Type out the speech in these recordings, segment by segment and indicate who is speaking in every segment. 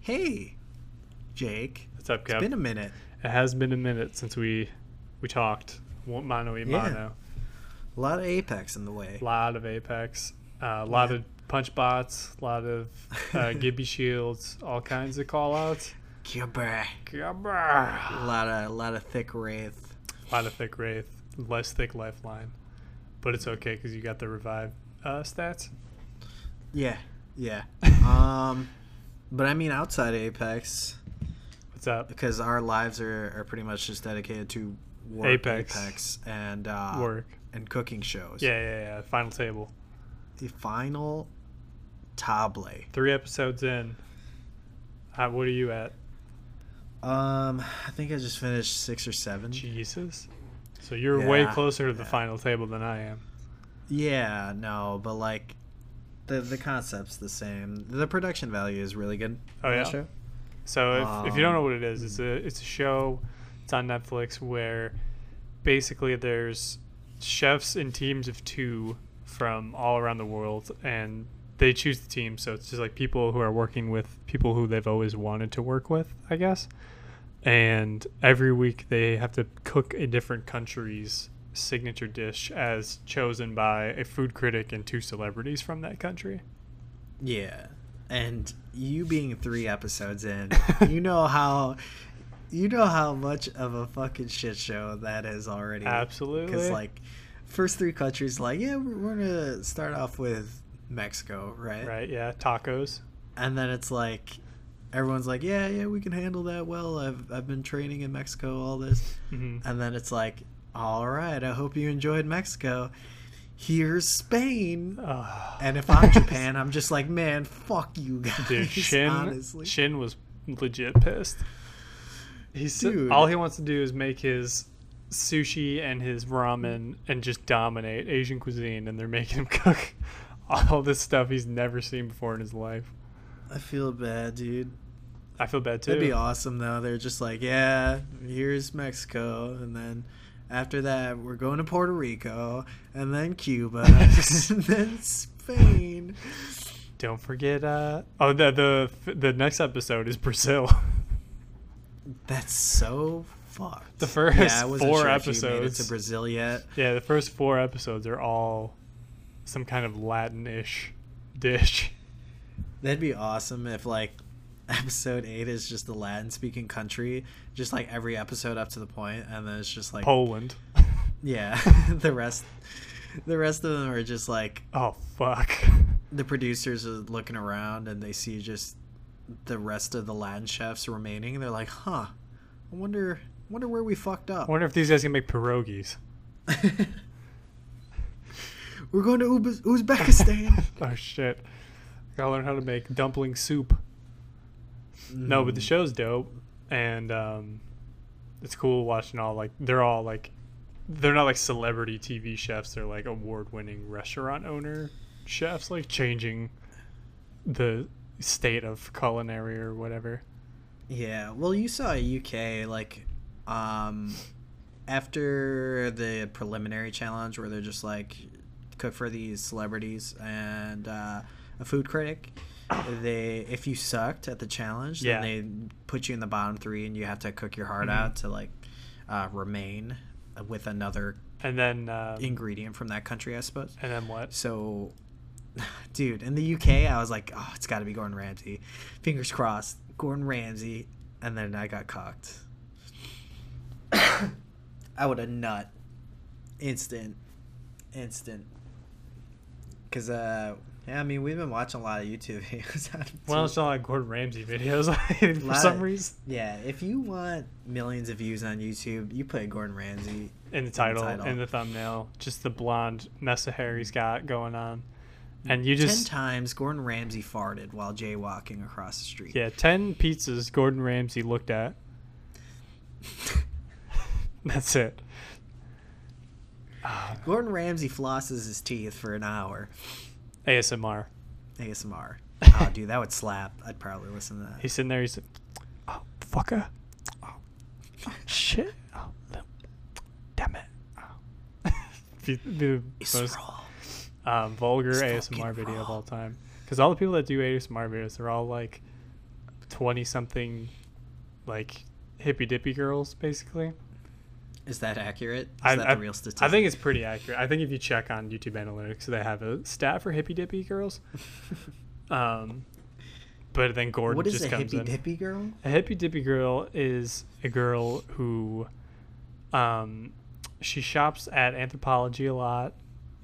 Speaker 1: Hey, Jake.
Speaker 2: What's up,
Speaker 1: It's
Speaker 2: Kev?
Speaker 1: been a minute.
Speaker 2: it has been a minute since we we talked. One Mono e
Speaker 1: Yeah.
Speaker 2: mono.
Speaker 1: A lot of Apex in the way.
Speaker 2: A lot of Apex, uh, a lot
Speaker 1: Yeah.
Speaker 2: of punch bots, a lot of uh, Gibby shields, all kinds of call outs.
Speaker 1: Gibber.
Speaker 2: A
Speaker 1: A lot of, a lot of thick wraith.
Speaker 2: lot of thick Wraith, less thick Lifeline. But it's okay because you got the revive uh, stats.
Speaker 1: Yeah, yeah. um, but I mean outside Apex
Speaker 2: What's up?
Speaker 1: because our lives are, are pretty much just dedicated to work,
Speaker 2: Apex.
Speaker 1: and uh,
Speaker 2: Work.
Speaker 1: and cooking shows.
Speaker 2: Yeah, yeah, yeah. Final table.
Speaker 1: The final table.
Speaker 2: Three episodes in. Uh, what are you at?
Speaker 1: Um, I think I just finished six or seven.
Speaker 2: Jesus. So you're way
Speaker 1: Mm. Yeah,
Speaker 2: closer to the
Speaker 1: yeah.
Speaker 2: final table than I am.
Speaker 1: Yeah, no, but like the the concept's the same. The production value is really good.
Speaker 2: Oh,
Speaker 1: on the
Speaker 2: yeah?
Speaker 1: show.
Speaker 2: So if, if you don't know
Speaker 1: Um,
Speaker 2: what it is, it's a it's a show. It's on Netflix where basically there's chefs in teams of two from all around the world, and they choose the team. So it's just like people who are working with people who they've always wanted to work with, I guess. And every week they have to cook a different country's signature dish as chosen by a food critic and two celebrities from that country.
Speaker 1: Yeah. And you being 3 episodes in, you know how you know how much of a fucking shit show that is already.
Speaker 2: Absolutely.
Speaker 1: Cuz like first 3 countries like, yeah, we're, we're going to start off with Mexico, right?
Speaker 2: right? Yeah, tacos.
Speaker 1: And then it's like everyone's like, yeah, yeah, we can handle that well. I've I've been training in Mexico all this.
Speaker 2: hmm
Speaker 1: And then it's like, all right, I hope you enjoyed Mexico. Here's Spain.
Speaker 2: Ah.
Speaker 1: And if I'm Japan, I'm just like, man, fuck you guys.
Speaker 2: Dude, Shin
Speaker 1: honestly.
Speaker 2: Shin was legit pissed. He's so-
Speaker 1: Dude.
Speaker 2: all he wants to do is make his sushi and his ramen and just dominate Asian cuisine, and they're making him cook all this stuff he's never seen before in his life.
Speaker 1: I feel bad, dude.
Speaker 2: I feel bad too.
Speaker 1: That'd be awesome, though. They're just like, yeah, here's Mexico. And then after that, we're going to Puerto Rico. And then Cuba. and then Spain.
Speaker 2: Don't forget. Uh, oh, the the the next episode is Brazil.
Speaker 1: That's so fucked.
Speaker 2: The first
Speaker 1: yeah, I wasn't
Speaker 2: four
Speaker 1: sure If you made it
Speaker 2: episodes-
Speaker 1: to Brazil yet.
Speaker 2: yeah, the first four episodes are all some kind of Latin-ish dish.
Speaker 1: That'd be awesome if like episode eight is just the Latin speaking country, just like every episode up to the point, and then it's just like
Speaker 2: Poland.
Speaker 1: yeah, the rest, the rest of them are just like
Speaker 2: Oh fuck.
Speaker 1: the producers are looking around and they see just the rest of the Latin chefs remaining, and they're like, huh, I wonder, wonder where we fucked up.
Speaker 2: I wonder if these guys can make pierogies.
Speaker 1: We're going to Uz- Uzbekistan.
Speaker 2: oh shit! Gotta learn how to make dumpling soup. No,
Speaker 1: Mm.
Speaker 2: but the show's dope, and um, it's cool watching all like they're all like they're not like celebrity TV chefs. They're like award-winning restaurant owner chefs, like changing the state of culinary or whatever.
Speaker 1: Yeah, well, you saw UK like um after the preliminary challenge where they're just like cook for these celebrities and uh, a food critic. They if you sucked at the challenge,
Speaker 2: Yeah. Mm-hmm.
Speaker 1: then they put you in the bottom three, and you have to cook your heart out to like uh, remain with another
Speaker 2: And then um,
Speaker 1: ingredient from that country, I suppose.
Speaker 2: and then what?
Speaker 1: So, dude, in the UK, I was like, oh, it's got to be Gordon Ramsay. Fingers crossed, Gordon Ramsay. And then I got cocked. I would have nut. Instant. Instant. Because, uh, yeah, I mean, we've been watching a lot of YouTube videos. on
Speaker 2: Well,
Speaker 1: YouTube.
Speaker 2: it's not like Gordon Ramsay videos for
Speaker 1: Lot
Speaker 2: some
Speaker 1: of-
Speaker 2: reason.
Speaker 1: yeah, if you want millions of views on YouTube, you put Gordon Ramsay.
Speaker 2: in the title
Speaker 1: title.
Speaker 2: in the thumbnail just the blonde mess of hair he's got going on and you
Speaker 1: Mm. Ten
Speaker 2: just
Speaker 1: times Gordon Ramsay farted while jaywalking across the street.
Speaker 2: yeah 10 pizzas gordon ramsay looked at that's it Ah,
Speaker 1: Gordon Ramsay flosses his teeth for an hour.
Speaker 2: asmr
Speaker 1: ASMR. Oh, dude, that would slap. I'd probably listen to that.
Speaker 2: he's sitting there he's like, oh fucker oh, oh, shit oh, no. damn it oh. the, the
Speaker 1: It's
Speaker 2: most
Speaker 1: raw.
Speaker 2: um, vulgar
Speaker 1: It's
Speaker 2: ASMR
Speaker 1: fucking
Speaker 2: video of
Speaker 1: raw.
Speaker 2: all time. Because all the people that do ASMR videos, they're all like twenty something, like hippy dippy girls, basically.
Speaker 1: Is that accurate? Is
Speaker 2: I-
Speaker 1: that
Speaker 2: I-
Speaker 1: the real statistic?
Speaker 2: I think it's pretty accurate. I think if you check on YouTube Analytics, they have a stat for hippy dippy girls. Um, but then Gordon
Speaker 1: what is
Speaker 2: just
Speaker 1: a
Speaker 2: comes
Speaker 1: hippy
Speaker 2: in.
Speaker 1: dippy girl?
Speaker 2: A hippy dippy girl is a girl who, um, she shops at Anthropology a lot,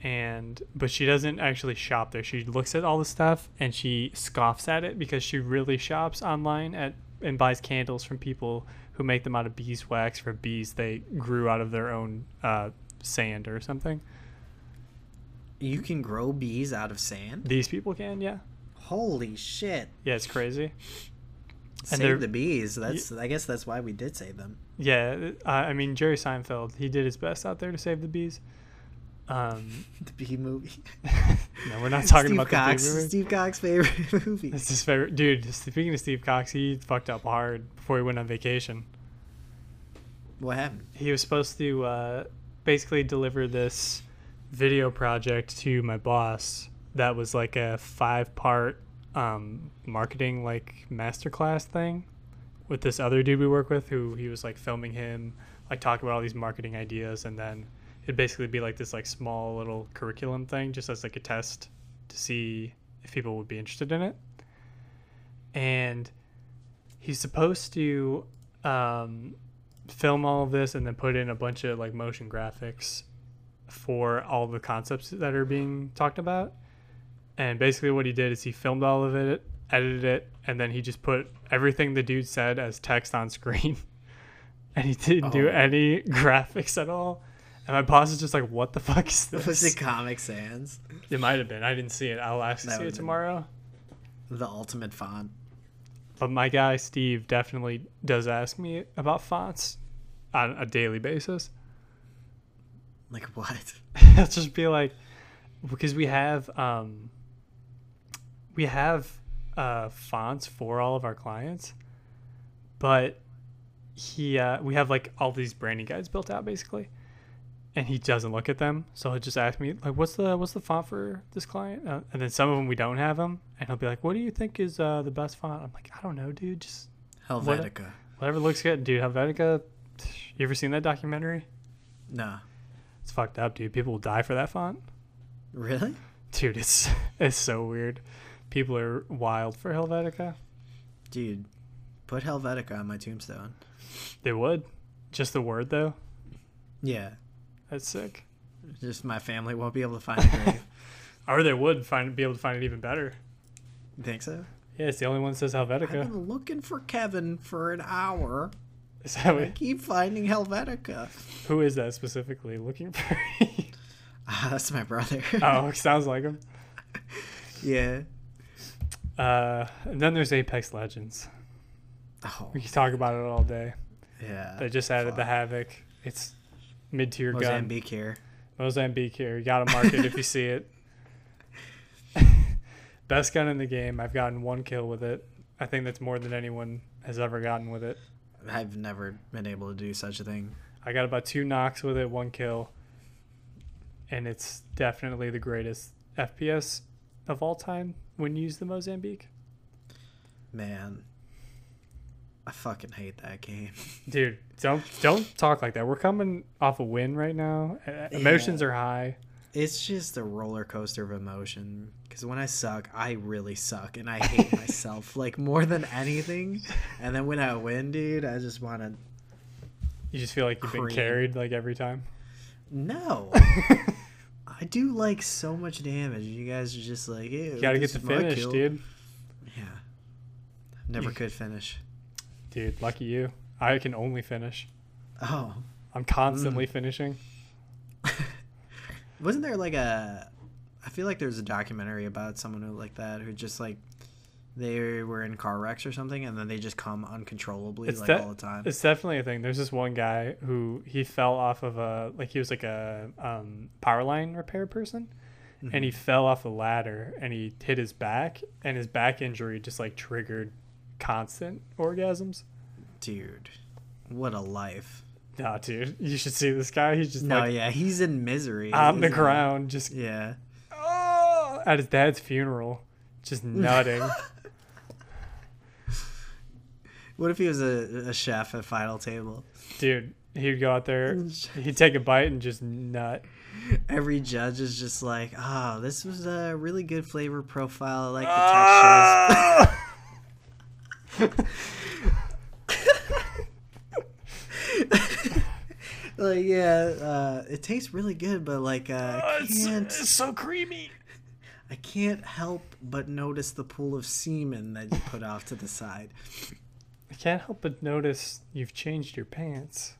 Speaker 2: and but she doesn't actually shop there. She looks at all the stuff and she scoffs at it because she really shops online at and buys candles from people who make them out of beeswax for bees they grew out of their own uh, sand or something.
Speaker 1: You can grow bees out of sand.
Speaker 2: These people can, yeah,
Speaker 1: Holy shit!
Speaker 2: yeah, it's crazy. And they're-
Speaker 1: save the bees. That's I guess that's why we did save them.
Speaker 2: Yeah, uh, I mean Jerry Seinfeld, he did his best out there to save the bees. Um,
Speaker 1: The bee movie.
Speaker 2: No, we're not talking
Speaker 1: Steve
Speaker 2: about the bee
Speaker 1: Cox,
Speaker 2: movie.
Speaker 1: Steve Cox's favorite movie.
Speaker 2: It's his favorite dude. Speaking of Steve Cox, he fucked up hard before he went on vacation.
Speaker 1: What happened?
Speaker 2: He was supposed to uh, basically deliver this video project to my boss. That was like a five-part um, marketing like masterclass thing with this other dude we work with, who he was like filming him, like talking about all these marketing ideas, and then it'd basically be like this like small little curriculum thing, just as like a test to see if people would be interested in it. and he's supposed to um, film all of this and then put in a bunch of like motion graphics for all the concepts that are being talked about. And basically, what he did is he filmed all of it, edited it, and then he just put everything the dude said as text on screen. and he didn't do
Speaker 1: Oh.
Speaker 2: any graphics at all. And my boss is just like, "What the fuck is this?"
Speaker 1: Was it Comic Sans?
Speaker 2: It might have been. I didn't see it. I'll actually
Speaker 1: That
Speaker 2: see
Speaker 1: would've
Speaker 2: it
Speaker 1: been-
Speaker 2: tomorrow.
Speaker 1: The ultimate font.
Speaker 2: But my guy Steve definitely does ask me about fonts on a daily basis.
Speaker 1: Like what?
Speaker 2: I'll just be like, because we have um, we have uh, fonts for all of our clients, but he uh, we have like all these branding guides built out basically, and he doesn't look at them. So he'll just ask me like, what's the what's the font for this client? Uh, and then some of them we don't have them, and he'll be like, what do you think is uh, the best font? I'm like, I don't know, dude. Just
Speaker 1: Helvetica.
Speaker 2: Whatever looks good, dude. Helvetica. You ever seen that documentary?
Speaker 1: Nah.
Speaker 2: It's fucked up, dude. People will die for that font,
Speaker 1: Really?
Speaker 2: dude. It's it's so weird. People are wild for Helvetica.
Speaker 1: Dude, put Helvetica on my tombstone.
Speaker 2: They would. Just the word though.
Speaker 1: Yeah.
Speaker 2: That's sick.
Speaker 1: Just my family won't be able to find a grave.
Speaker 2: Or they would find be able to find it even better.
Speaker 1: You Think so?
Speaker 2: Yeah, it's the only one that says
Speaker 1: I've
Speaker 2: Helvetica.
Speaker 1: been looking for Kevin for an hour.
Speaker 2: Is that
Speaker 1: I
Speaker 2: what,
Speaker 1: keep finding Helvetica.
Speaker 2: who is that specifically looking for?
Speaker 1: Ah, that's my brother.
Speaker 2: oh, sounds like him.
Speaker 1: yeah.
Speaker 2: Uh, and then there's Apex Legends.
Speaker 1: Oh,
Speaker 2: We can talk about it all day.
Speaker 1: yeah.
Speaker 2: They just added the
Speaker 1: Fuck.
Speaker 2: Havoc. It's mid tier gun.
Speaker 1: Mozambique here.
Speaker 2: Mozambique here. You gotta mark it if you see it. Best gun in the game. I've gotten one kill with it. I think that's more than anyone has ever gotten with it.
Speaker 1: I've never been able to do such a thing.
Speaker 2: I got about two knocks with it, one kill. And it's definitely the greatest FPS of all time when you use the Mozambique.
Speaker 1: Man. I fucking hate that game.
Speaker 2: Dude, don't don't talk like that. We're coming off a win right now. Uh, Emotions are high.
Speaker 1: It's just a roller coaster of emotion. Because when I suck, I really suck, and I hate myself like more than anything. And then when I win, dude, I just want to
Speaker 2: You just feel like you've been
Speaker 1: Cream.
Speaker 2: carried like every time.
Speaker 1: no. I do like so much damage. You guys are just like, Ew,
Speaker 2: You gotta get the finish,
Speaker 1: kill.
Speaker 2: dude.
Speaker 1: Yeah, never
Speaker 2: You-
Speaker 1: could finish.
Speaker 2: Dude, lucky you. I can only finish.
Speaker 1: Oh,
Speaker 2: I'm
Speaker 1: Mm.
Speaker 2: constantly finishing.
Speaker 1: wasn't there like a? I feel like there's a documentary about someone who like that who just like they were in car wrecks or something, and then they just come uncontrollably
Speaker 2: It's
Speaker 1: like
Speaker 2: that-
Speaker 1: all the time.
Speaker 2: It's definitely a thing. There's this one guy who he fell off of a like he was like a um, power line repair person, and
Speaker 1: Mm-hmm.
Speaker 2: he fell off a ladder and he hit his back, and his back injury just like triggered constant orgasms.
Speaker 1: Dude, what a life.
Speaker 2: Nah, dude, you should see this guy. He's just
Speaker 1: No,
Speaker 2: like
Speaker 1: yeah, he's in misery.
Speaker 2: on the
Speaker 1: isn't he?
Speaker 2: ground, just
Speaker 1: Yeah.
Speaker 2: oh, at his dad's funeral, just nutting.
Speaker 1: What if he was a, a chef at Final Table?
Speaker 2: Dude, he'd go out there, he'd take a bite and just nut.
Speaker 1: Every judge is just like, oh, this was a really good flavor profile. I like the
Speaker 2: Ah!
Speaker 1: textures.
Speaker 2: Ah!
Speaker 1: like, yeah, uh, it tastes really good, but like, uh,
Speaker 2: Oh,
Speaker 1: I
Speaker 2: it's,
Speaker 1: can't,
Speaker 2: it's so creamy.
Speaker 1: I can't help but notice the pool of semen that you put off to the side.
Speaker 2: I can't help but notice you've changed your pants.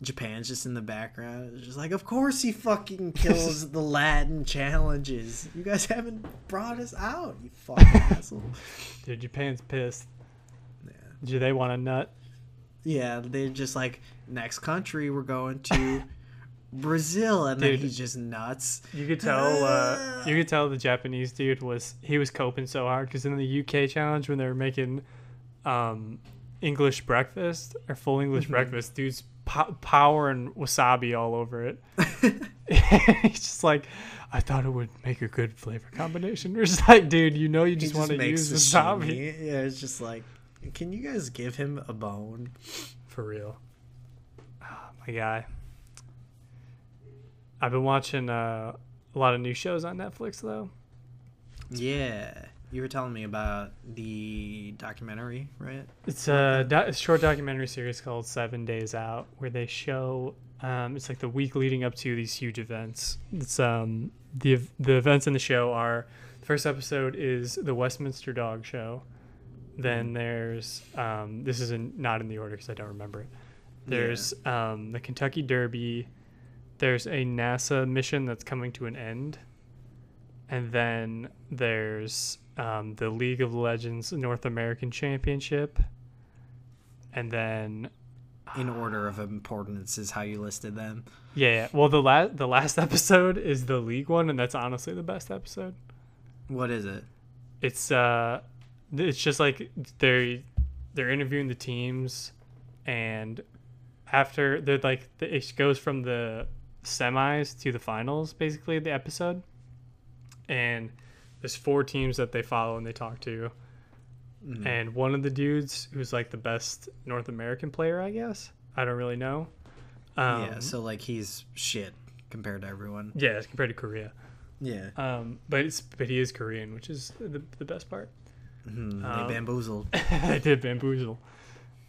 Speaker 1: Japan's just in the background. It's just like, of course he fucking kills the Latin challenges. You guys haven't brought us out, you fucking asshole.
Speaker 2: Dude, Japan's pissed. Do they want a nut?
Speaker 1: Yeah, they're just like, next country we're going to Brazil, and then
Speaker 2: Dude.
Speaker 1: he's just nuts.
Speaker 2: You could tell.
Speaker 1: Ah.
Speaker 2: Uh, you could tell the Japanese dude was he was coping so hard because in the UK challenge when they were making um, English breakfast or full English
Speaker 1: Mm-hmm.
Speaker 2: breakfast, dude's po- power and wasabi all over it. He's just like, I thought it would make a good flavor combination. We're just like, dude, you know, you
Speaker 1: He
Speaker 2: just,
Speaker 1: just
Speaker 2: want to
Speaker 1: makes
Speaker 2: use wasabi
Speaker 1: sashimi. Yeah, it's just like, can you guys give him a bone?
Speaker 2: for real. Oh, my guy, I've been watching uh, a lot of new shows on Netflix though.
Speaker 1: Yeah, you were telling me about the documentary, right?
Speaker 2: It's a, do- a short documentary series called Seven Days Out, where they show um, it's like the week leading up to these huge events. It's um, the ev- the events in the show are the first episode is the Westminster Dog Show. Then there's um, this is in, not in the order because I don't remember it. There's um, the Kentucky Derby. There's a NASA mission that's coming to an end, and then there's um, the League of Legends North American Championship, and then
Speaker 1: In order of importance is how you listed them.
Speaker 2: yeah, yeah. well the last the last episode is the league one, and that's honestly the best episode.
Speaker 1: What is it?
Speaker 2: it's uh it's just like they're they're interviewing the teams and after they're like the, it goes from the semis to the finals basically the episode and there's four teams that they follow and they talk to and one of the dudes who's like the best north american player i guess i don't really know um,
Speaker 1: yeah, so like he's shit compared to everyone.
Speaker 2: yeah as compared to korea
Speaker 1: Yeah,
Speaker 2: um, but it's but he is korean which is the, the best part
Speaker 1: mm,
Speaker 2: um,
Speaker 1: they bamboozled.
Speaker 2: I did bamboozle.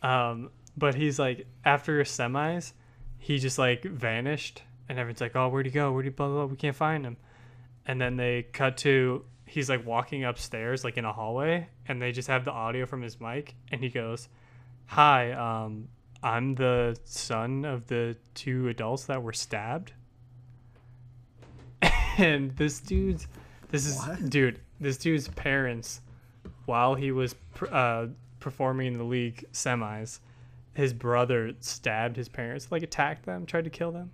Speaker 2: Um, but he's like after semis, he just like vanished, and everyone's like, "Oh, where'd he go? Where'd he blah blah? blah, We can't find him." And then they cut to he's like walking upstairs, like in a hallway, and they just have the audio from his mic, and he goes, "Hi, um, I'm the son of the two adults that were stabbed." And this dude's, this is
Speaker 1: What?
Speaker 2: dude, this dude's parents while he was pr- uh, performing in the league semis, his brother stabbed his parents, like attacked them, tried to kill them.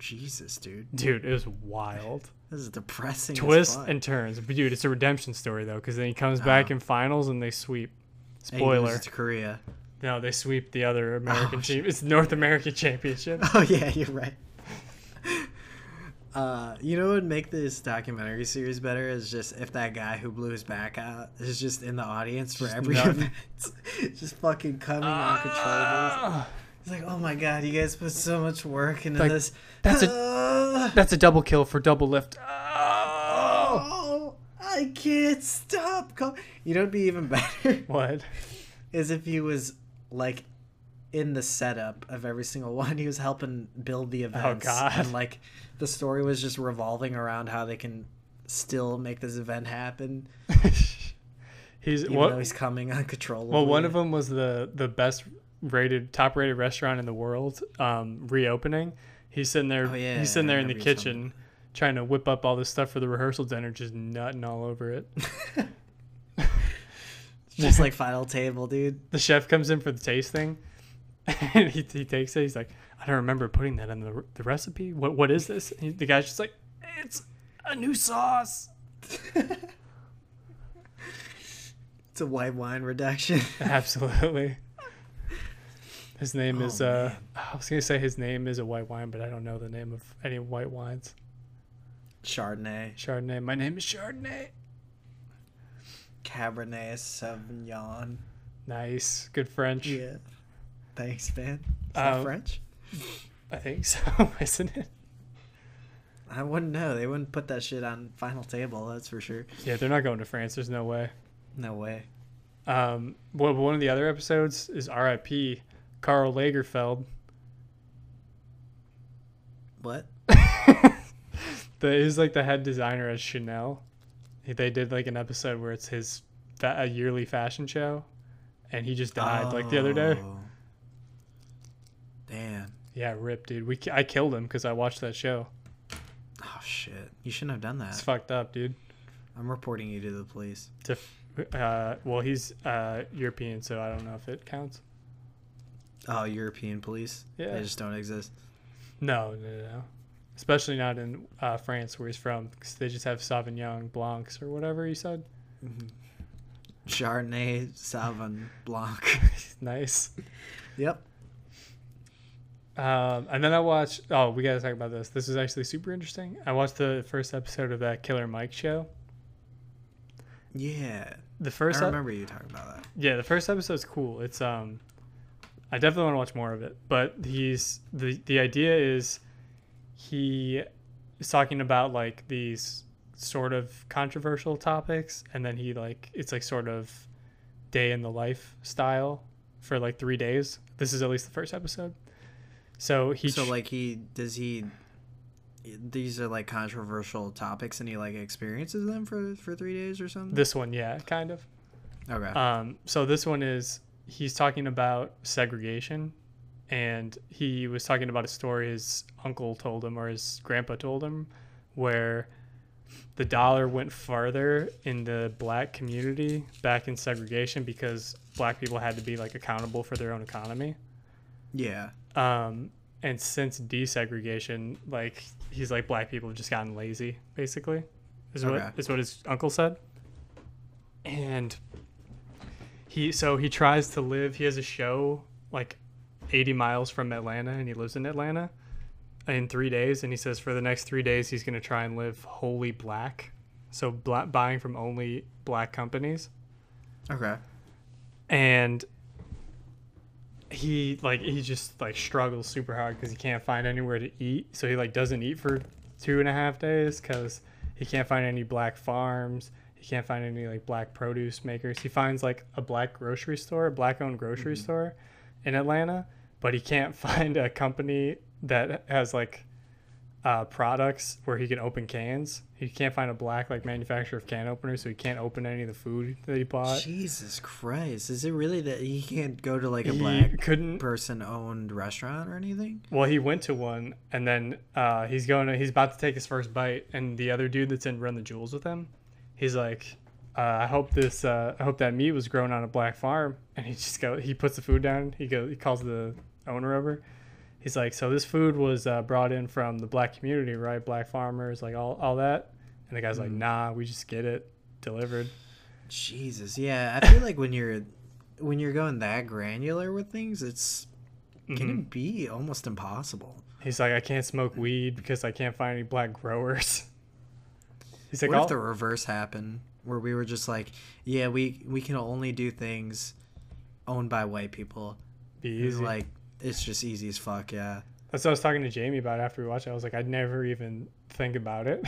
Speaker 1: Jesus, dude,
Speaker 2: Dude, it was wild.
Speaker 1: this is depressing. as
Speaker 2: Twists
Speaker 1: fuck.
Speaker 2: and turns. But dude, it's a redemption story though, because then he comes back in finals and they sweep.
Speaker 1: And he loses
Speaker 2: Spoiler.
Speaker 1: to Korea.
Speaker 2: No, they sweep the other American
Speaker 1: Oh,
Speaker 2: team. It's North American Championship.
Speaker 1: Oh yeah, you're right. Uh, you know what would make this documentary series better is just if that guy who blew his back out is just in the audience for every
Speaker 2: nut.
Speaker 1: event, just fucking coming uncontrollably.
Speaker 2: Ah!
Speaker 1: It's like, oh my god, you guys put so much work into
Speaker 2: Like,
Speaker 1: this.
Speaker 2: that's a-
Speaker 1: Ah!
Speaker 2: That's a double kill for double lift. Ah!
Speaker 1: oh, I can't stop. co- You know, it'd be even better
Speaker 2: What?
Speaker 1: is if he was like in the setup of every single one. He was helping build the events,
Speaker 2: Oh, God.
Speaker 1: and like the story was just revolving around how they can still make this event happen,
Speaker 2: he's
Speaker 1: even
Speaker 2: what?
Speaker 1: though he's coming uncontrollably.
Speaker 2: Well, one of them was the the best rated, top rated restaurant in the world um, reopening. He's sitting there.
Speaker 1: Oh, yeah,
Speaker 2: he's sitting there
Speaker 1: I
Speaker 2: in the
Speaker 1: remember you
Speaker 2: kitchen, trying to whip up all this stuff for the rehearsal dinner, just nutting all over it.
Speaker 1: just like final table, dude.
Speaker 2: the chef comes in for the tasting, and he, he takes it. He's like, I don't remember putting that in the the recipe. What what is this? And the guy's just like, it's a new sauce.
Speaker 1: It's a white wine reduction.
Speaker 2: Absolutely. His name is
Speaker 1: Oh,
Speaker 2: uh I was gonna say his name is a white wine, but I don't know the name of any white wines.
Speaker 1: Chardonnay.
Speaker 2: Chardonnay. My name is Chardonnay.
Speaker 1: Cabernet Sauvignon.
Speaker 2: Nice, good French.
Speaker 1: Yeah. Thanks, man. Is
Speaker 2: Um,
Speaker 1: that French?
Speaker 2: I think so, isn't it?
Speaker 1: I wouldn't know. They wouldn't put that shit on final table. That's for sure.
Speaker 2: Yeah, they're not going to France. There's no way.
Speaker 1: No way.
Speaker 2: Um, well, one of the other episodes is R.I.P. Carl Lagerfeld.
Speaker 1: What?
Speaker 2: The, he's like the head designer at Chanel. He- They did like an episode where it's his fa- a yearly fashion show, and he just died like the other day.
Speaker 1: Oh. Damn.
Speaker 2: Yeah, rip, dude. We ki- I killed him because I watched that show.
Speaker 1: Oh shit. You shouldn't have done
Speaker 2: It's
Speaker 1: that.
Speaker 2: fucked up, dude.
Speaker 1: I'm reporting you to the police.
Speaker 2: To, f- uh, well, he's uh, European, so I don't know if it counts.
Speaker 1: Oh, European police.
Speaker 2: Yeah.
Speaker 1: They just don't exist.
Speaker 2: No, no, no, no. Especially not in uh, France, where he's from, 'cause they just have Sauvignon Blancs or whatever he said. Mm-hmm.
Speaker 1: Chardonnay Sauvignon Blanc.
Speaker 2: nice.
Speaker 1: yep.
Speaker 2: Um, and then I watched. Oh, we gotta talk about this. This is actually super interesting. I watched the first episode of that Killer Mike show.
Speaker 1: Yeah.
Speaker 2: The first,
Speaker 1: I
Speaker 2: ep-
Speaker 1: remember you talking about that.
Speaker 2: yeah, the first episode's cool. It's um, I definitely want to watch more of it. But he's the the idea is he is talking about like these sort of controversial topics, and then he like it's like sort of day in the life style for like three days. This is at least the first episode. So he
Speaker 1: so
Speaker 2: ch-
Speaker 1: like he does he these are like controversial topics and he like experiences them for for 3 days or something.
Speaker 2: this one, yeah, kind of.
Speaker 1: okay.
Speaker 2: Um, so this one is he's talking about segregation, and he was talking about a story his uncle told him or his grandpa told him, where the dollar went farther in the black community back in segregation because black people had to be like accountable for their own economy.
Speaker 1: yeah.
Speaker 2: Um, and since desegregation, like he's like black people have just gotten lazy, basically, is
Speaker 1: Okay.
Speaker 2: what is what his uncle said. And he so he tries to live. He has a show like eighty miles from Atlanta, and he lives in Atlanta in three days. And he says for the next three days he's going to try and live wholly black, so black, buying from only black companies
Speaker 1: Okay.
Speaker 2: and he like he just like struggles super hard because he can't find anywhere to eat so he like doesn't eat for two and a half days because he can't find any black farms he can't find any like black produce makers he finds like a black grocery store a black owned grocery store in atlanta but he can't find a company that has like uh, products where he can open cans he can't find a black like manufacturer of can openers so he can't open any of the food that he bought
Speaker 1: Jesus Christ. Is it really that he can't go to like a
Speaker 2: he
Speaker 1: black
Speaker 2: couldn't
Speaker 1: person owned restaurant or anything?
Speaker 2: Well, he went to one, and then uh, he's going. To, he's about to take his first bite, and the other dude that's in Run the Jewels with him, he's like, uh, "I hope this. Uh, I hope that meat was grown on a black farm." And he just go. He puts the food down. He go. He calls the owner over. He's like, "So this food was uh, brought in from the black community, right? Black farmers, like all all that." And the guy's
Speaker 1: Mm.
Speaker 2: like, "Nah, we just get it delivered."
Speaker 1: Jesus. Yeah, I feel like when you're when you're going that granular with things, it's gonna be almost impossible.
Speaker 2: Mm-hmm. He's like, "I can't smoke weed because I can't find any black growers." He's like,
Speaker 1: What
Speaker 2: "I'll-
Speaker 1: if the reverse happened, where we were just like, yeah, we we can only do things owned by white people.
Speaker 2: be
Speaker 1: It's
Speaker 2: easy."
Speaker 1: Like it's just easy as fuck. Yeah,
Speaker 2: That's what I was talking to Jamie about after we watched it. I was like, I'd never even think about it.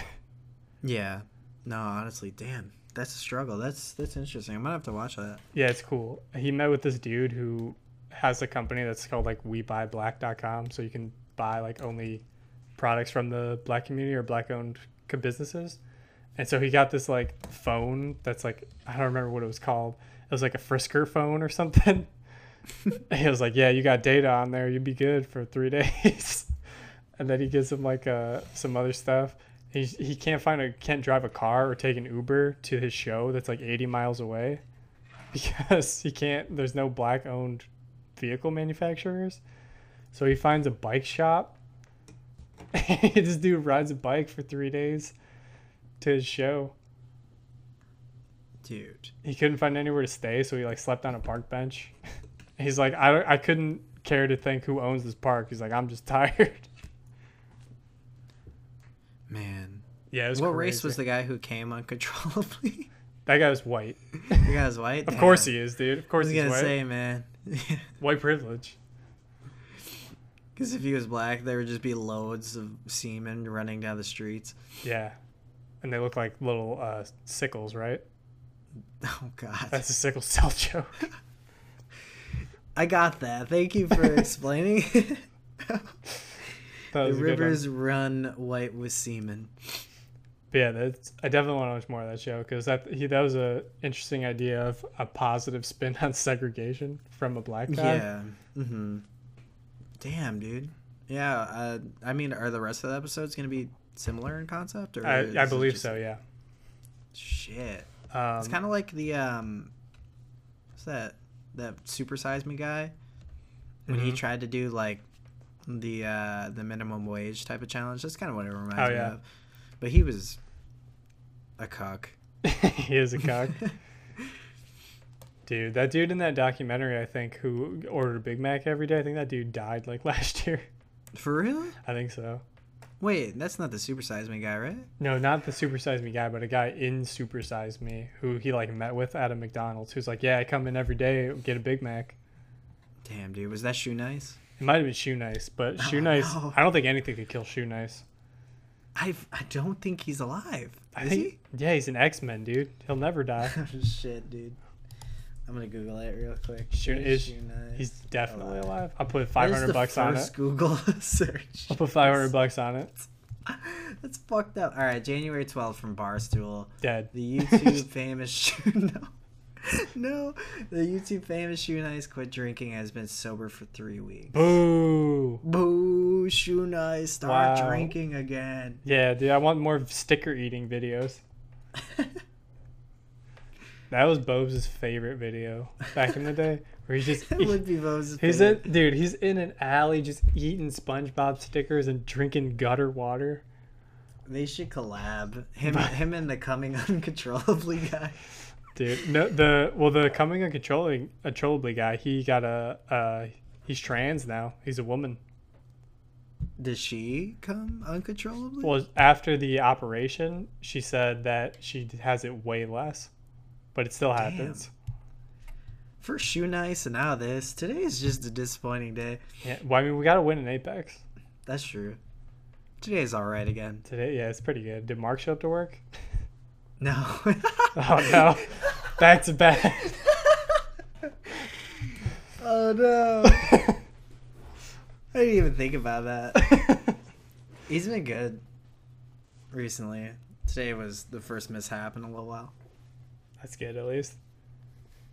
Speaker 1: yeah. No, honestly, damn, that's a struggle. That's that's interesting. I'm gonna have to watch that.
Speaker 2: yeah, it's cool. He met with this dude who has a company that's called like WeBuyBlack.com, so you can buy like only products from the black community or black owned businesses. And so he got this like phone that's like I don't remember what it was called. It was like a Frisker phone or something. And he was like, "Yeah, you got data on there. You'd be good for three days." and then he gives him like uh, some other stuff. He he can't find a can't drive a car or take an Uber to his show that's like 80 miles away because he can't. There's no black owned vehicle manufacturers. So he finds a bike shop. this dude rides a bike for three days to his show.
Speaker 1: Dude,
Speaker 2: He couldn't find anywhere to stay, so he like slept on a park bench. He's like, I, don't- I couldn't care to think who owns this park. He's like, I'm just tired.
Speaker 1: man,
Speaker 2: Yeah, it was
Speaker 1: what race
Speaker 2: crazy.
Speaker 1: was the guy who came uncontrollably?
Speaker 2: That guy was white.
Speaker 1: You guys white?
Speaker 2: Of course he is, dude. Of
Speaker 1: I
Speaker 2: course
Speaker 1: was
Speaker 2: he's
Speaker 1: gonna
Speaker 2: white.
Speaker 1: say, man,
Speaker 2: White privilege.
Speaker 1: because if he was black, there would just be loads of semen running down the streets.
Speaker 2: Yeah. And they look like little uh, sickles, right?
Speaker 1: Oh God,
Speaker 2: That's a sickle cell joke.
Speaker 1: I got that. Thank you for explaining.
Speaker 2: That
Speaker 1: the
Speaker 2: was a good one.
Speaker 1: rivers run white with semen.
Speaker 2: But yeah, that's, I definitely want to watch more of that show because that he that was a interesting idea of a positive spin on segregation from a black guy.
Speaker 1: Yeah. hmm Damn, dude. Yeah. Uh, I mean, are the rest of the episodes gonna be similar in concept? Or is
Speaker 2: I, I
Speaker 1: it
Speaker 2: believe
Speaker 1: just-
Speaker 2: so. Yeah,
Speaker 1: Shit.
Speaker 2: um,
Speaker 1: It's kind of like the um, what's that? That Super Size Me guy when he
Speaker 2: Mhm.
Speaker 1: tried to do like the uh the minimum wage type of challenge. That's kind of what it reminds
Speaker 2: Oh,
Speaker 1: me
Speaker 2: yeah.
Speaker 1: of. But he was a cuck.
Speaker 2: he is a cock, dude. That dude in that documentary, I think, who ordered a Big Mac every day. I think that dude died like last year.
Speaker 1: For real?
Speaker 2: I think so.
Speaker 1: Wait, that's not the Super Size Me guy, right?
Speaker 2: No, not the Super Size Me guy, but a guy in Super Size Me who he like met with at a McDonald's. Who's like, yeah, I come in every day, get a Big Mac.
Speaker 1: Damn, dude, was that shoe nice?
Speaker 2: It might have been Shoe Nice, but Shoe
Speaker 1: Oh,
Speaker 2: Nice.
Speaker 1: no.
Speaker 2: I don't think anything could kill Shoe Nice.
Speaker 1: I I don't think he's alive.
Speaker 2: I
Speaker 1: Is
Speaker 2: think,
Speaker 1: he? Oh,
Speaker 2: Yeah, he's an X Men dude. He'll never die.
Speaker 1: Shit, dude. I'm gonna Google it real quick.
Speaker 2: Shoe-
Speaker 1: Is
Speaker 2: is-
Speaker 1: Shoe Nice
Speaker 2: He's definitely
Speaker 1: alive?
Speaker 2: alive. I'll put
Speaker 1: That
Speaker 2: five
Speaker 1: Oh, is
Speaker 2: hundred
Speaker 1: the
Speaker 2: bucks on it.
Speaker 1: first Google search.
Speaker 2: I'll put five hundred bucks on it.
Speaker 1: That's fucked up. All right, January 12th from Barstool.
Speaker 2: Dead.
Speaker 1: The YouTube famous shoe no, no, the YouTube famous shoe nice quit drinking has been sober for three weeks.
Speaker 2: Boo.
Speaker 1: Boo, shoe nice, start
Speaker 2: Wow.
Speaker 1: drinking again.
Speaker 2: Yeah, dude. I want more sticker eating videos. That was Bob's favorite video back in the day, where he's just.
Speaker 1: That
Speaker 2: eat-
Speaker 1: would be Bo's.
Speaker 2: He's in,
Speaker 1: favorite.
Speaker 2: dude. He's in an alley, just eating SpongeBob stickers and drinking gutter water.
Speaker 1: They should collab. Him, him, and the coming uncontrollably guy.
Speaker 2: Dude, no, the well, the coming and controlling, controllably guy. He got a, uh, he's trans now. He's a woman.
Speaker 1: Does she come uncontrollably?
Speaker 2: Well, after the operation, she said that she has it way less, but it still happens.
Speaker 1: First shoe nice, and now this. Today is just a disappointing day.
Speaker 2: Yeah, well, I mean, we gotta win in Apex
Speaker 1: That's true. Today's all right again.
Speaker 2: today. Yeah, it's pretty good. Did Mark show up to work?
Speaker 1: No.
Speaker 2: Oh no, back to back.
Speaker 1: Oh no. I didn't even think about that. He's been good recently. Today was the first mishap in a little while.
Speaker 2: That's good, at least.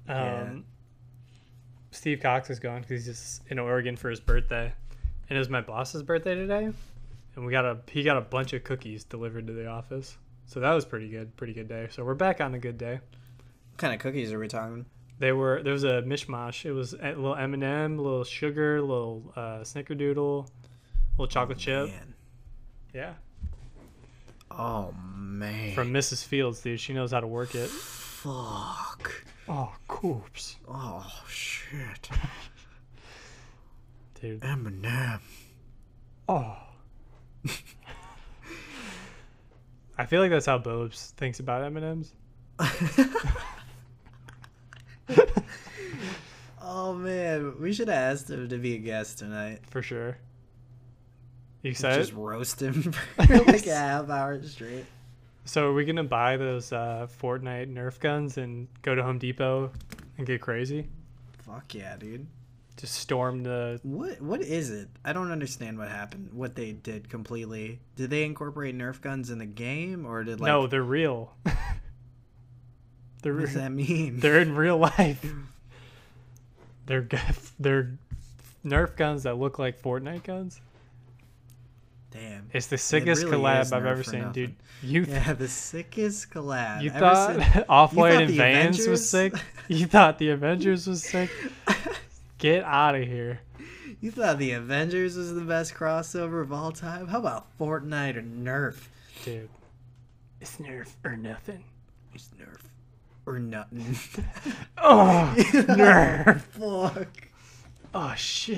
Speaker 2: Um,
Speaker 1: Yeah.
Speaker 2: Steve Cox is gone because he's just in Oregon for his birthday, and it was my boss's birthday today, and we got a he got a bunch of cookies delivered to the office, so that was pretty good, pretty good day. So we're back on a good day.
Speaker 1: What kind of cookies are we talking?
Speaker 2: They were there was a mishmash. It was a little M and M, little sugar, little uh, Snickerdoodle, little chocolate
Speaker 1: Oh,
Speaker 2: chip.
Speaker 1: Man.
Speaker 2: Yeah,
Speaker 1: Oh man.
Speaker 2: from Mrs. Fields, dude. She knows how to work it.
Speaker 1: Fuck.
Speaker 2: Oh, corpse,
Speaker 1: Oh shit.
Speaker 2: dude.
Speaker 1: Eminem.
Speaker 2: Oh. I feel like that's how Bobes thinks about M and M's.
Speaker 1: oh man, we should have asked him to be a guest tonight.
Speaker 2: for sure. You excited?
Speaker 1: Just roast him for like a half hour straight.
Speaker 2: So are we gonna buy those uh, Fortnite Nerf guns and go to Home Depot and get crazy?
Speaker 1: Fuck yeah, dude.
Speaker 2: Just storm the
Speaker 1: What what is it? I don't understand what happened. What they did completely. Did they incorporate Nerf guns in the game, or did like
Speaker 2: no, they're real. they're
Speaker 1: what does that mean?
Speaker 2: they're in real life. They're g- they're Nerf guns that look like Fortnite guns.
Speaker 1: Damn.
Speaker 2: It's the sickest
Speaker 1: really
Speaker 2: collab
Speaker 1: is
Speaker 2: I've
Speaker 1: Nerf
Speaker 2: ever
Speaker 1: for
Speaker 2: seen,
Speaker 1: nothing.
Speaker 2: dude. You
Speaker 1: Yeah, the sickest collab.
Speaker 2: you
Speaker 1: Ever
Speaker 2: thought
Speaker 1: since-
Speaker 2: Off White
Speaker 1: thought
Speaker 2: and
Speaker 1: the
Speaker 2: Vans was sick.
Speaker 1: Avengers-
Speaker 2: You thought the Avengers was sick. Get out of here.
Speaker 1: you thought the Avengers was the best crossover of all time. How about Fortnite or Nerf?
Speaker 2: Dude. It's Nerf or nothing.
Speaker 1: It's Nerf or nothing.
Speaker 2: Oh, Nerf.
Speaker 1: Fuck.
Speaker 2: Oh, shit.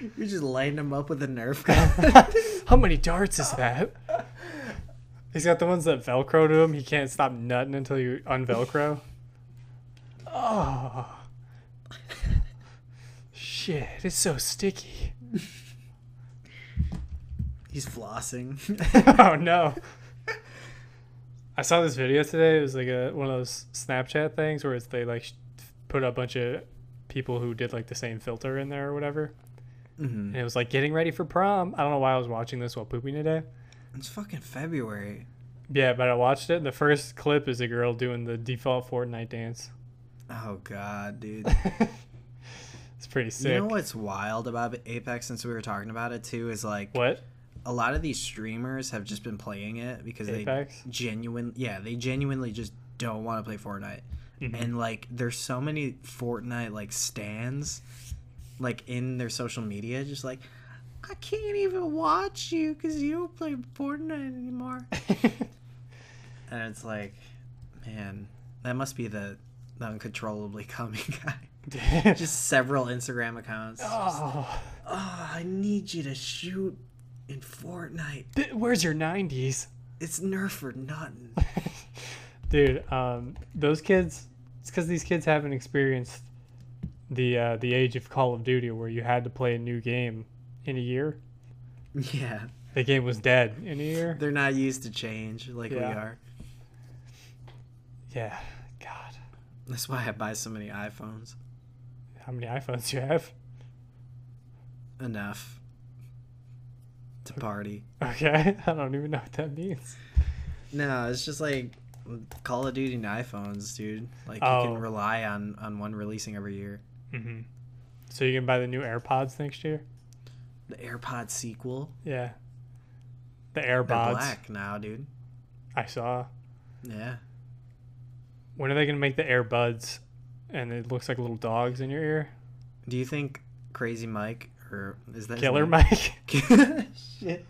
Speaker 1: You're just lighting them up with a Nerf gun.
Speaker 2: How many darts is that? He's got the ones that Velcro to him. He can't stop nutting until you unvelcro. Oh. Shit, it's so sticky.
Speaker 1: He's flossing.
Speaker 2: oh no. I saw this video today. It was like a one of those Snapchat things where it's they like sh- put a bunch of people who did like the same filter in there or whatever.
Speaker 1: mm-hmm.
Speaker 2: And it was like getting ready for prom. I don't know why I was watching this while pooping today.
Speaker 1: It's fucking February.
Speaker 2: Yeah, but I watched it and the first clip is a girl doing the default Fortnite dance.
Speaker 1: Oh god, dude.
Speaker 2: It's pretty sick.
Speaker 1: You know what's wild about Apex since we were talking about it too is like
Speaker 2: What?
Speaker 1: a lot of these streamers have just been playing it because
Speaker 2: Apex?
Speaker 1: they genuine yeah, they genuinely just don't want to play Fortnite.
Speaker 2: Mm-hmm.
Speaker 1: And like there's so many Fortnite like stands like in their social media just like I can't even watch you cuz you don't play Fortnite anymore. and it's like man, that must be the, the uncontrollably coming guy. Just several Instagram accounts.
Speaker 2: oh,
Speaker 1: Oh, I need you to shoot in Fortnite.
Speaker 2: th- where's your 90s?
Speaker 1: It's nerf or nothing.
Speaker 2: Dude, um, those kids, it's because these kids haven't experienced the uh, the age of Call of Duty where you had to play a new game in a year.
Speaker 1: yeah,
Speaker 2: The game was dead in a year.
Speaker 1: they're not used to change like we
Speaker 2: Yeah.
Speaker 1: are.
Speaker 2: Yeah. God.
Speaker 1: That's why I buy so many iPhones.
Speaker 2: How many iPhones do you have?
Speaker 1: Enough to party.
Speaker 2: Okay. I don't even know what that means.
Speaker 1: No, it's just like Call of Duty and iPhones, dude. Like you
Speaker 2: Oh.
Speaker 1: can rely on on one releasing every year.
Speaker 2: Mm-hmm. So you can buy the new AirPods next year?
Speaker 1: The AirPod sequel.
Speaker 2: Yeah. The
Speaker 1: They're
Speaker 2: AirPods.
Speaker 1: black now, dude.
Speaker 2: I saw.
Speaker 1: Yeah.
Speaker 2: When are they going to make the AirBuds and it looks like little dogs in your ear?
Speaker 1: Do you think Crazy Mike or is that his
Speaker 2: Killer
Speaker 1: name?
Speaker 2: Mike?
Speaker 1: Shit.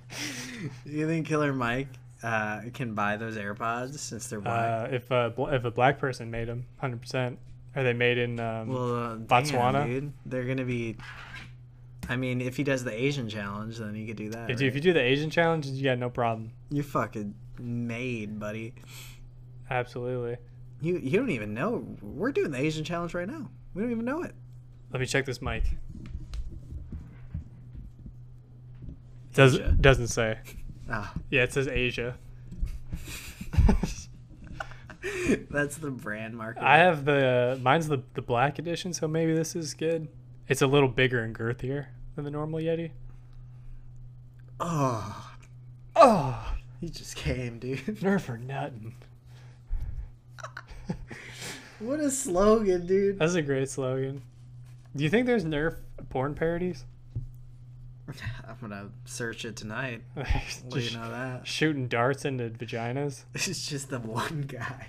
Speaker 1: You think Killer Mike uh, can buy those AirPods since they're black?
Speaker 2: Uh, if a bl- if a black person made them, hundred percent. Are they made in? Um,
Speaker 1: well, uh, damn,
Speaker 2: Botswana?
Speaker 1: dude. They're gonna be. I mean, if he does the Asian challenge, then he could do that.
Speaker 2: if, you, if
Speaker 1: right?
Speaker 2: you do the Asian challenge, you got no problem.
Speaker 1: You're fucking made, buddy.
Speaker 2: Absolutely.
Speaker 1: You you don't even know we're doing the Asian challenge right now. We don't even know it.
Speaker 2: Let me check this mic. Does
Speaker 1: Asia.
Speaker 2: doesn't say.
Speaker 1: Ah,
Speaker 2: Yeah, it says Asia.
Speaker 1: that's the brand market.
Speaker 2: I have the mine's the the black edition, so maybe this is good. It's a little bigger and girthier than the normal Yeti.
Speaker 1: oh,
Speaker 2: Oh,
Speaker 1: he just came, dude.
Speaker 2: nerf or nothing.
Speaker 1: What a slogan, dude.
Speaker 2: That's a great slogan. Do you think there's nerf porn parodies?
Speaker 1: I'm gonna search it tonight. Let
Speaker 2: Just
Speaker 1: you know that.
Speaker 2: shooting darts into vaginas.
Speaker 1: It's just the one guy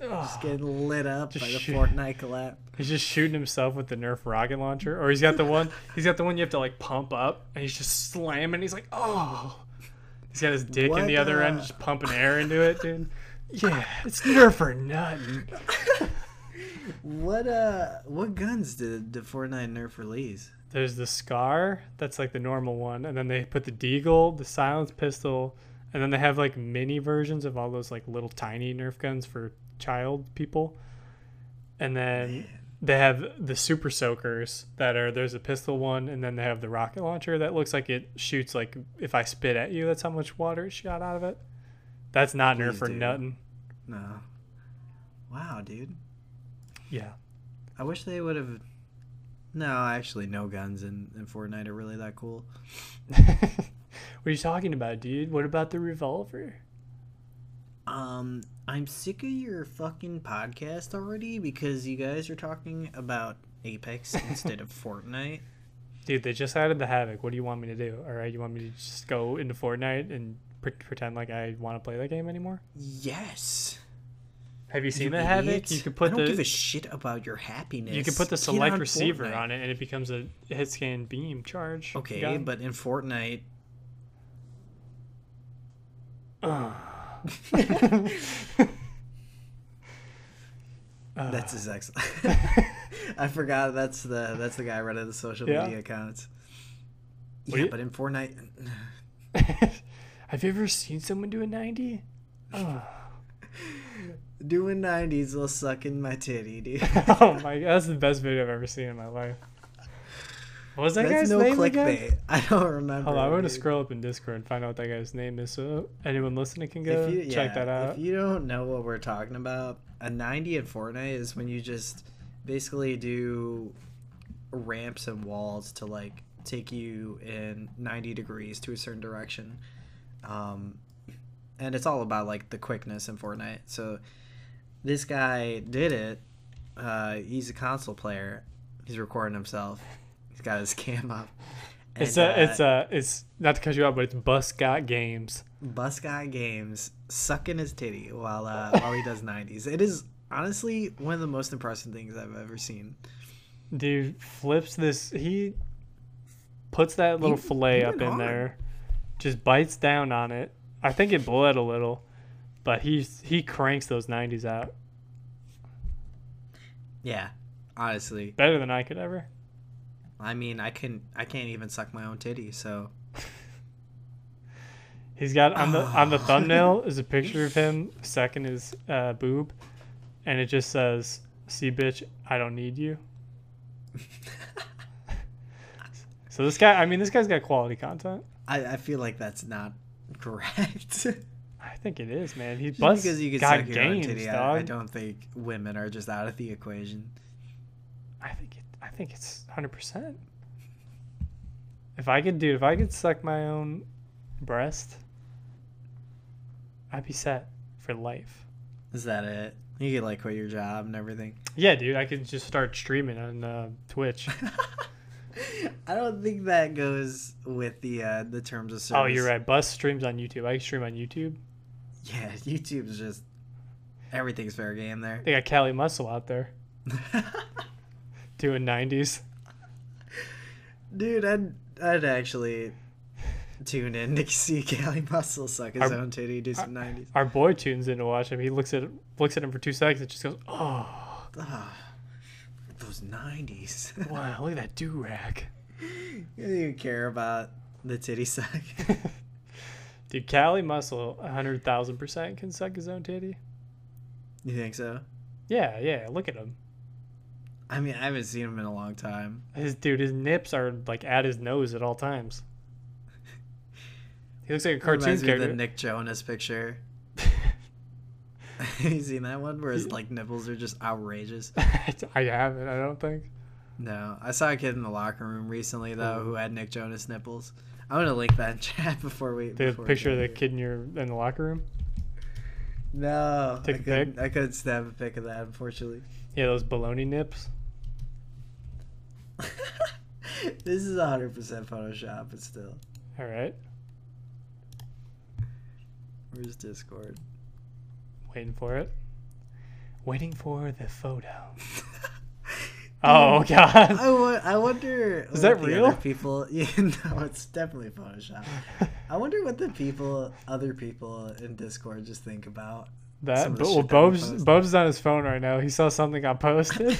Speaker 2: Ugh.
Speaker 1: getting lit up by the
Speaker 2: shit.
Speaker 1: Fortnite collab.
Speaker 2: He's just shooting himself with the Nerf rocket launcher, or he's got the one. He's got the one you have to like pump up, and he's just slamming. He's like, oh, he's got his dick in
Speaker 1: What
Speaker 2: the other end,
Speaker 1: the-
Speaker 2: just pumping air into it, dude. Yeah, it's Nerf or nothing.
Speaker 1: What uh, what guns did did Fortnite nerf release?
Speaker 2: There's the scar, that's like the normal one, and then they put the deagle, the silence pistol, and then they have like mini versions of all those like little tiny Nerf guns for child people. And then they have the super soakers that are there's a pistol one, and then they have the rocket launcher that looks like it shoots like if I spit at you, that's how much water it shot out of it. That's not Nerf
Speaker 1: Please
Speaker 2: or
Speaker 1: do.
Speaker 2: nothing.
Speaker 1: No. Wow, dude.
Speaker 2: Yeah.
Speaker 1: I wish they would have. No, actually, no guns in, in Fortnite are really that cool.
Speaker 2: what are you talking about, dude? What about the revolver?
Speaker 1: Um, I'm sick of your fucking podcast already because you guys are talking about Apex instead of Fortnite.
Speaker 2: Dude, they just added the havoc. What do you want me to do? All right, you want me to just go into Fortnite and pre- pretend like I want to play that game anymore?
Speaker 1: Yes.
Speaker 2: Have you seen
Speaker 1: you
Speaker 2: the havoc?
Speaker 1: idiot.
Speaker 2: You could put
Speaker 1: I don't give a
Speaker 2: the
Speaker 1: shit about your happiness.
Speaker 2: you could put the
Speaker 1: Get
Speaker 2: select
Speaker 1: on
Speaker 2: receiver
Speaker 1: Fortnite.
Speaker 2: on it, and it becomes a hit scan beam charge.
Speaker 1: Okay,
Speaker 2: gun.
Speaker 1: but in Fortnite, that's his ex. I forgot that's the that's the guy running the social
Speaker 2: Yeah.
Speaker 1: media accounts.
Speaker 2: What do
Speaker 1: Yeah,
Speaker 2: you-
Speaker 1: but in Fortnite,
Speaker 2: have you ever seen someone do a ninety?
Speaker 1: Doing nineties while sucking my titty, dude.
Speaker 2: oh my god, that's the best video I've ever seen in my life. What was that
Speaker 1: That's
Speaker 2: guy's
Speaker 1: no
Speaker 2: name
Speaker 1: clickbait.
Speaker 2: again?
Speaker 1: I don't remember.
Speaker 2: Hold on, I'm gonna
Speaker 1: dude.
Speaker 2: scroll up in Discord and find out what that guy's name is, so anyone listening can go
Speaker 1: If you,
Speaker 2: check
Speaker 1: yeah,
Speaker 2: that out.
Speaker 1: If you don't know what we're talking about, a 90 in Fortnite is when you just basically do ramps and walls to like take you in 90 degrees to a certain direction. Um, and it's all about like the quickness in Fortnite. So this guy did it. Uh, he's a console player. He's recording himself. He's got his cam up.
Speaker 2: it's
Speaker 1: And, uh,
Speaker 2: a, it's a, it's not to cut you out, but it's Bus Got Games.
Speaker 1: Bus Guy Games sucking his titty while uh, while he does 90s. It is honestly one of the most impressive things I've ever seen.
Speaker 2: Dude flips this. He puts that little
Speaker 1: He-
Speaker 2: fillet
Speaker 1: he
Speaker 2: up
Speaker 1: went
Speaker 2: in
Speaker 1: hard.
Speaker 2: there, just bites down on it. I think it bled a little, but he he cranks those nineties out
Speaker 1: Yeah, honestly.
Speaker 2: better than I could ever.
Speaker 1: I mean, I can I can't even suck my own titty, so
Speaker 2: He's got on the on the
Speaker 1: Ah.
Speaker 2: thumbnail is a picture of him sucking his uh, boob, and it just says, "See, bitch, I don't need you." so this guy, I mean, this guy's got quality content.
Speaker 1: I, I feel like that's not correct.
Speaker 2: I think it is, man. He
Speaker 1: Just
Speaker 2: busts
Speaker 1: because you can
Speaker 2: got
Speaker 1: suck your
Speaker 2: games,
Speaker 1: own titty, I,
Speaker 2: dog.
Speaker 1: I don't think women are just out of the equation.
Speaker 2: I think it, I think it's hundred percent. If I could do, if I could suck my own breast, I'd be set for life.
Speaker 1: Is that it? You could like quit your job and everything.
Speaker 2: Yeah, dude, I could just start streaming on uh, Twitch.
Speaker 1: I don't think that goes with the uh, the terms of service.
Speaker 2: oh, you're right. Bus streams on YouTube. I can stream on YouTube.
Speaker 1: Yeah, YouTube's just everything's fair game there.
Speaker 2: They got Cali Muscle out there doing nineties.
Speaker 1: Dude, I'd I'd actually tune in to see Cali Muscle suck his
Speaker 2: Our-
Speaker 1: own titty, do some nineties.
Speaker 2: Our boy tunes in to watch him. He looks at looks at him for two seconds and just goes, "Oh,
Speaker 1: Ah, those nineties.
Speaker 2: wow, look at that do rag."
Speaker 1: you don't even care about the titty suck.
Speaker 2: Dude, Cali Muscle, hundred thousand percent can suck his own titty.
Speaker 1: you think so?
Speaker 2: Yeah, yeah. Look at him.
Speaker 1: I mean, I haven't seen him in a long time.
Speaker 2: His dude, his nips are like at his nose at all times. He looks like a cartoon
Speaker 1: Reminds me of the
Speaker 2: character.
Speaker 1: Nick Jonas picture. you seen that one where his like nipples are just outrageous?
Speaker 2: I haven't. I don't think.
Speaker 1: No, I saw a kid in the locker room recently though
Speaker 2: Oh.
Speaker 1: who had Nick Jonas nipples. I'm gonna link that in chat before we.
Speaker 2: The
Speaker 1: before we
Speaker 2: picture of
Speaker 1: go
Speaker 2: the
Speaker 1: here.
Speaker 2: kid in your in the locker room.
Speaker 1: No,
Speaker 2: Take
Speaker 1: I
Speaker 2: a
Speaker 1: couldn't, I couldn't snap a pic of that unfortunately.
Speaker 2: Yeah, those baloney nips.
Speaker 1: this is 100 percent Photoshop, but still,
Speaker 2: All right,
Speaker 1: where's Discord?
Speaker 2: waiting for it. Waiting for the photo. oh god.
Speaker 1: I wo- I wonder.
Speaker 2: Is that
Speaker 1: what the
Speaker 2: real?
Speaker 1: other people, yeah, no, it's definitely Photoshop. I wonder what the people, other people in Discord, just think about. some
Speaker 2: That
Speaker 1: of the
Speaker 2: but, well,
Speaker 1: shit that we
Speaker 2: Bob's
Speaker 1: posted.
Speaker 2: Bob's on his phone right now. He saw something I posted.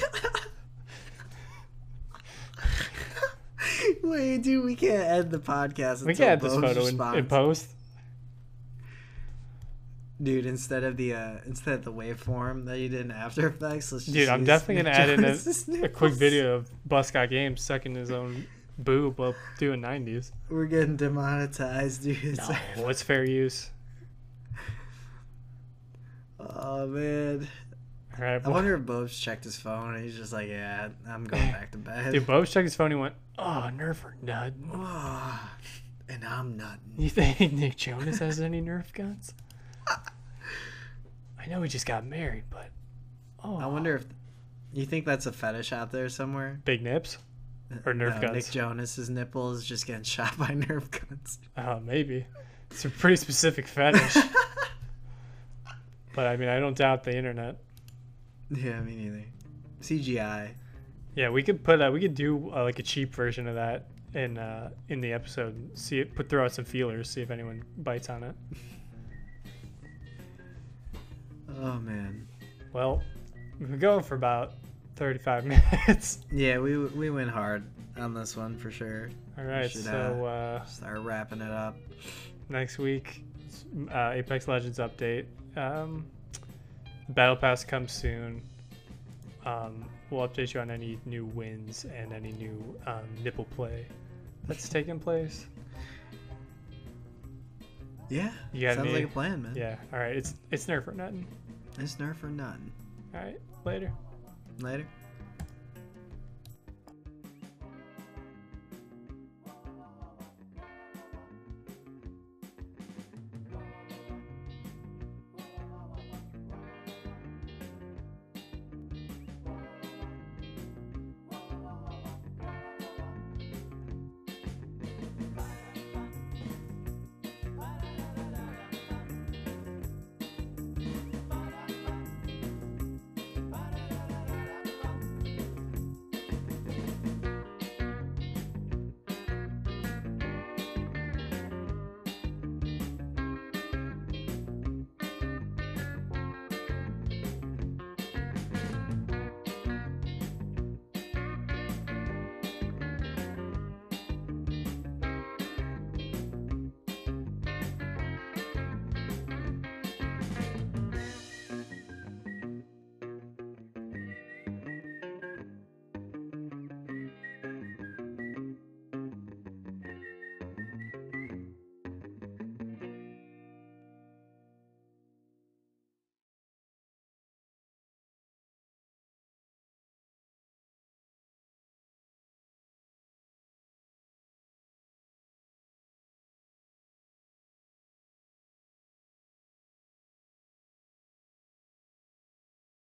Speaker 1: Wait, dude, we can't end the podcast.
Speaker 2: we
Speaker 1: until
Speaker 2: can add this
Speaker 1: Bo's
Speaker 2: photo in, in
Speaker 1: response.
Speaker 2: post.
Speaker 1: Dude, instead of the uh, instead of the waveform that you did in After Effects, let's just
Speaker 2: Dude, I'm
Speaker 1: use
Speaker 2: definitely gonna
Speaker 1: Nick
Speaker 2: add in
Speaker 1: Jonas's
Speaker 2: a, a quick
Speaker 1: nipples.
Speaker 2: video of Buscott Games sucking his own boob while doing nineties.
Speaker 1: We're getting demonetized, dude. It's-
Speaker 2: What's fair use?
Speaker 1: Oh man.
Speaker 2: All right,
Speaker 1: I wonder if Bob's checked his phone and he's just like, Yeah, I'm going back to bed.
Speaker 2: dude. Bob's checked his phone. He went, "Oh, nerf or none?
Speaker 1: Oh, and I'm not
Speaker 2: You think Nick Jonas has any nerf guns? I know he just got married, but oh,
Speaker 1: I wonder if you think that's a fetish out there somewhere?
Speaker 2: big nips or nerf
Speaker 1: No, Nick
Speaker 2: guns?
Speaker 1: Jonas's nipple is just getting shot by nerf guns.
Speaker 2: uh, maybe it's a pretty specific fetish. but I mean, I don't doubt the internet.
Speaker 1: Yeah, me neither. CGI.
Speaker 2: Yeah, we could put uh, we could do uh, like a cheap version of that in uh, in the episode. See it put throw out some feelers, see if anyone bites on it.
Speaker 1: Oh man.
Speaker 2: Well, we've been going for about thirty five minutes.
Speaker 1: Yeah, we we went hard on this one for sure.
Speaker 2: All right,
Speaker 1: should,
Speaker 2: so uh,
Speaker 1: Start wrapping it up.
Speaker 2: next week, uh, Apex Legends update, um, Battle Pass comes soon. Um, we'll update you on any new wins and any new um, nipple play that's taking place.
Speaker 1: Yeah.
Speaker 2: You got
Speaker 1: sounds
Speaker 2: me?
Speaker 1: like a plan, man.
Speaker 2: Yeah. E All right. It's it's nerve for nothing.
Speaker 1: It's nerf or none.
Speaker 2: All right. Later.
Speaker 1: Later.